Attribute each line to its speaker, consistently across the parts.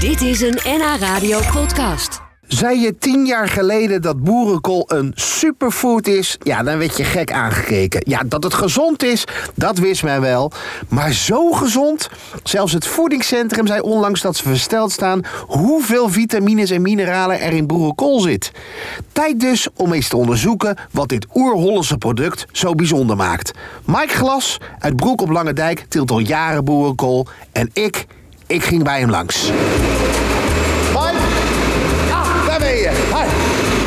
Speaker 1: Dit is een NH Radio podcast.
Speaker 2: Zei je tien jaar geleden dat boerenkool een superfood is? Ja, dan werd je gek aangekeken. Ja, dat het gezond is, dat wist men wel. Maar zo gezond? Zelfs het voedingscentrum zei onlangs dat ze versteld staan... hoeveel vitamines en mineralen er in boerenkool zit. Tijd dus om eens te onderzoeken wat dit oerhollandse product zo bijzonder maakt. Mike Glas uit Broek op Lange Dijk tilt al jaren boerenkool. En ik, ik ging bij hem langs. Mike?
Speaker 3: Ah.
Speaker 2: Daar ben je. Hi.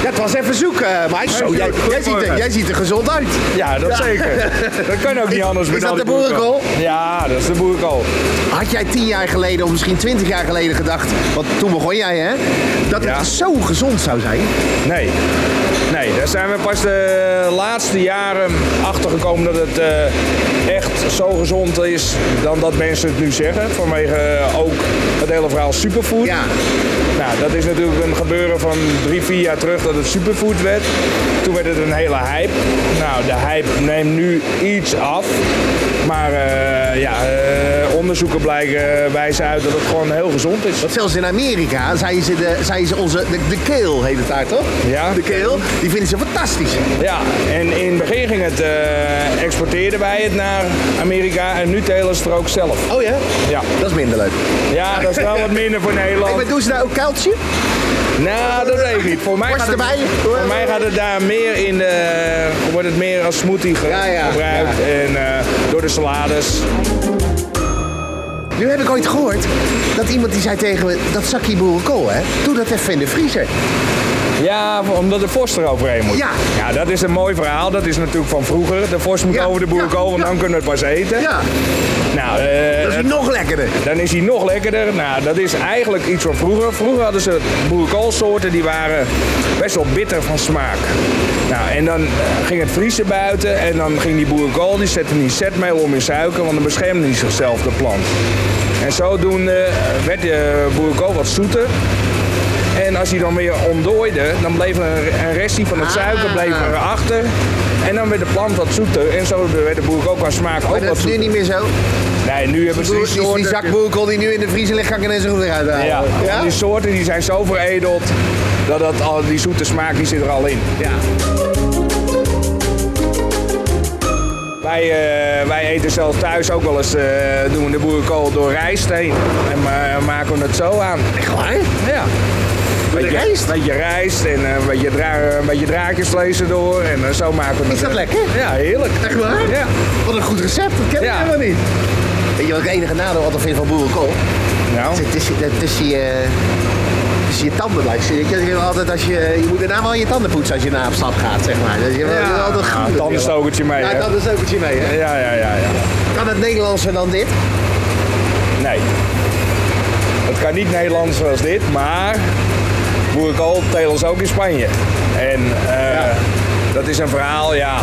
Speaker 2: Ja, het was even zoeken, eh, Mike. Zo, jij, jij, ziet er, jij ziet er gezond uit.
Speaker 3: Ja, dat zeker. Dat kan ook niet anders
Speaker 2: is
Speaker 3: met
Speaker 2: dat
Speaker 3: al die
Speaker 2: de boerenkool?
Speaker 3: Ja, dat is de boerenkool.
Speaker 2: Had jij tien jaar geleden of misschien twintig jaar geleden gedacht... want toen begon jij, hè? Dat het
Speaker 3: Ja.
Speaker 2: zo gezond zou zijn.
Speaker 3: Nee. Nee, daar zijn we pas de laatste jaren achter gekomen dat het eh, echt zo gezond is dan dat mensen het nu zeggen. Vanwege eh, ook het hele verhaal superfood.
Speaker 2: Ja.
Speaker 3: Nou, dat is natuurlijk een gebeuren van drie, vier jaar terug dat het superfood werd. Toen werd het een hele hype. Nou, de hype neemt nu iets af. Maar eh, ja, eh, onderzoeken blijken, eh, wijzen uit dat het gewoon heel gezond is.
Speaker 2: Want zelfs in Amerika zijn ze, de, zijn ze onze... De, de kale heet het daar, toch?
Speaker 3: Ja.
Speaker 2: De kale, die vinden ze fantastisch.
Speaker 3: Ja, en in het begin ging het, eh, exporteerden wij het naar Amerika en nu telen ze het er ook zelf.
Speaker 2: Oh ja?
Speaker 3: Ja.
Speaker 2: Dat is minder leuk.
Speaker 3: Ja, dat is wel wat minder voor
Speaker 2: Hey,
Speaker 3: Nederland.
Speaker 2: maar doen ze daar ook kuiltje?
Speaker 3: Nou, dat weet ik niet. Voor mij,
Speaker 2: Worst
Speaker 3: gaat het,
Speaker 2: erbij?
Speaker 3: voor mij gaat het daar meer in de, wordt het meer als smoothie ge-
Speaker 2: Ja, ja,
Speaker 3: gebruikt en eh, door de salades.
Speaker 2: Nu heb ik ooit gehoord dat iemand die zei tegen me... dat zakje boerenkool, hè? Doe dat even in de vriezer.
Speaker 3: Ja, omdat de vorst er overheen moet.
Speaker 2: Ja.
Speaker 3: ja, dat is een mooi verhaal. Dat is natuurlijk van vroeger. De vorst moet
Speaker 2: Ja,
Speaker 3: over de boerenkool,
Speaker 2: ja,
Speaker 3: want
Speaker 2: ja.
Speaker 3: dan kunnen we het pas eten.
Speaker 2: Ja,
Speaker 3: Nou, eh,
Speaker 2: dat is nog lekkerder.
Speaker 3: Dan is hij nog lekkerder. Nou, dat is eigenlijk iets van vroeger. Vroeger hadden ze boerenkoolsoorten die waren best wel bitter van smaak. Nou, en dan eh, ging het vriezen buiten en dan ging die boerenkool, die zette die zetmeel om in suiker, want dan beschermde hij zichzelf, de plant. En zodoende werd de boerenkool wat zoeter. En als hij dan weer ontdooide, dan bleef er een restje
Speaker 2: Ah.
Speaker 3: van het suiker bleef er achter. En dan werd de plant wat zoeter. En zo werd de boerenkool qua smaak ook
Speaker 2: Maar dat
Speaker 3: wat
Speaker 2: is nu
Speaker 3: zoeter.
Speaker 2: niet meer zo.
Speaker 3: Nee, nu hebben ze
Speaker 2: Die,
Speaker 3: die
Speaker 2: die, die
Speaker 3: soorten-
Speaker 2: zak boerenkool die nu in de vriezer ligt, ga ik ineens zo goed eruit halen.
Speaker 3: Ja, en die soorten die zijn zo veredeld dat, dat al, die zoete smaak die zit er al in.
Speaker 2: Ja.
Speaker 3: Wij, eh, wij eten zelf thuis ook wel eens, eh, doen we de boerenkool door rijst heen en eh, maken we het zo aan.
Speaker 2: Echt waar?
Speaker 3: Ja. Beetje
Speaker 2: rijst?
Speaker 3: Beetje rijst en eh, een, beetje dra- een beetje draakjesvlees erdoor en eh, zo maken we het.
Speaker 2: Is dat
Speaker 3: eh,
Speaker 2: lekker?
Speaker 3: Ja, heerlijk.
Speaker 2: Echt waar?
Speaker 3: Ja.
Speaker 2: Wat een goed recept, dat ken ik
Speaker 3: Ja.
Speaker 2: helemaal niet. Oh. Weet je wat het enige nadeel wat ik vind van boerenkool?
Speaker 3: Nou,
Speaker 2: Het is het tussen je, tussen je tanden blijft zitten. Je, hebt altijd als je, je moet daarna wel je tanden poetsen als je naar op stap gaat, zeg maar. Dus je hebt
Speaker 3: Ja.
Speaker 2: altijd
Speaker 3: Ja,
Speaker 2: goed.
Speaker 3: tandenstokertje mee,
Speaker 2: Ja,
Speaker 3: hè?
Speaker 2: tandenstokertje mee. Hè?
Speaker 3: ja, ja, ja, ja.
Speaker 2: Kan het Nederlandser dan dit?
Speaker 3: Nee. Het kan niet Nederlands zoals dit, maar boerenkool telen ze ook in Spanje. En eh, dat is een verhaal, ja,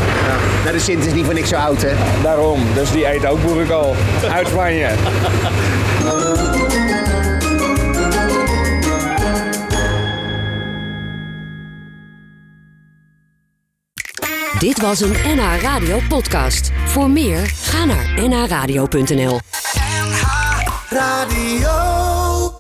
Speaker 2: Nou, de Sint is niet voor niks zo oud, hè?
Speaker 3: daarom. Dus die eet ook boerenkool uit Spanje.
Speaker 1: Dit was een NH Radio podcast. Voor meer, ga naar nhradio.nl.
Speaker 4: NH Radio.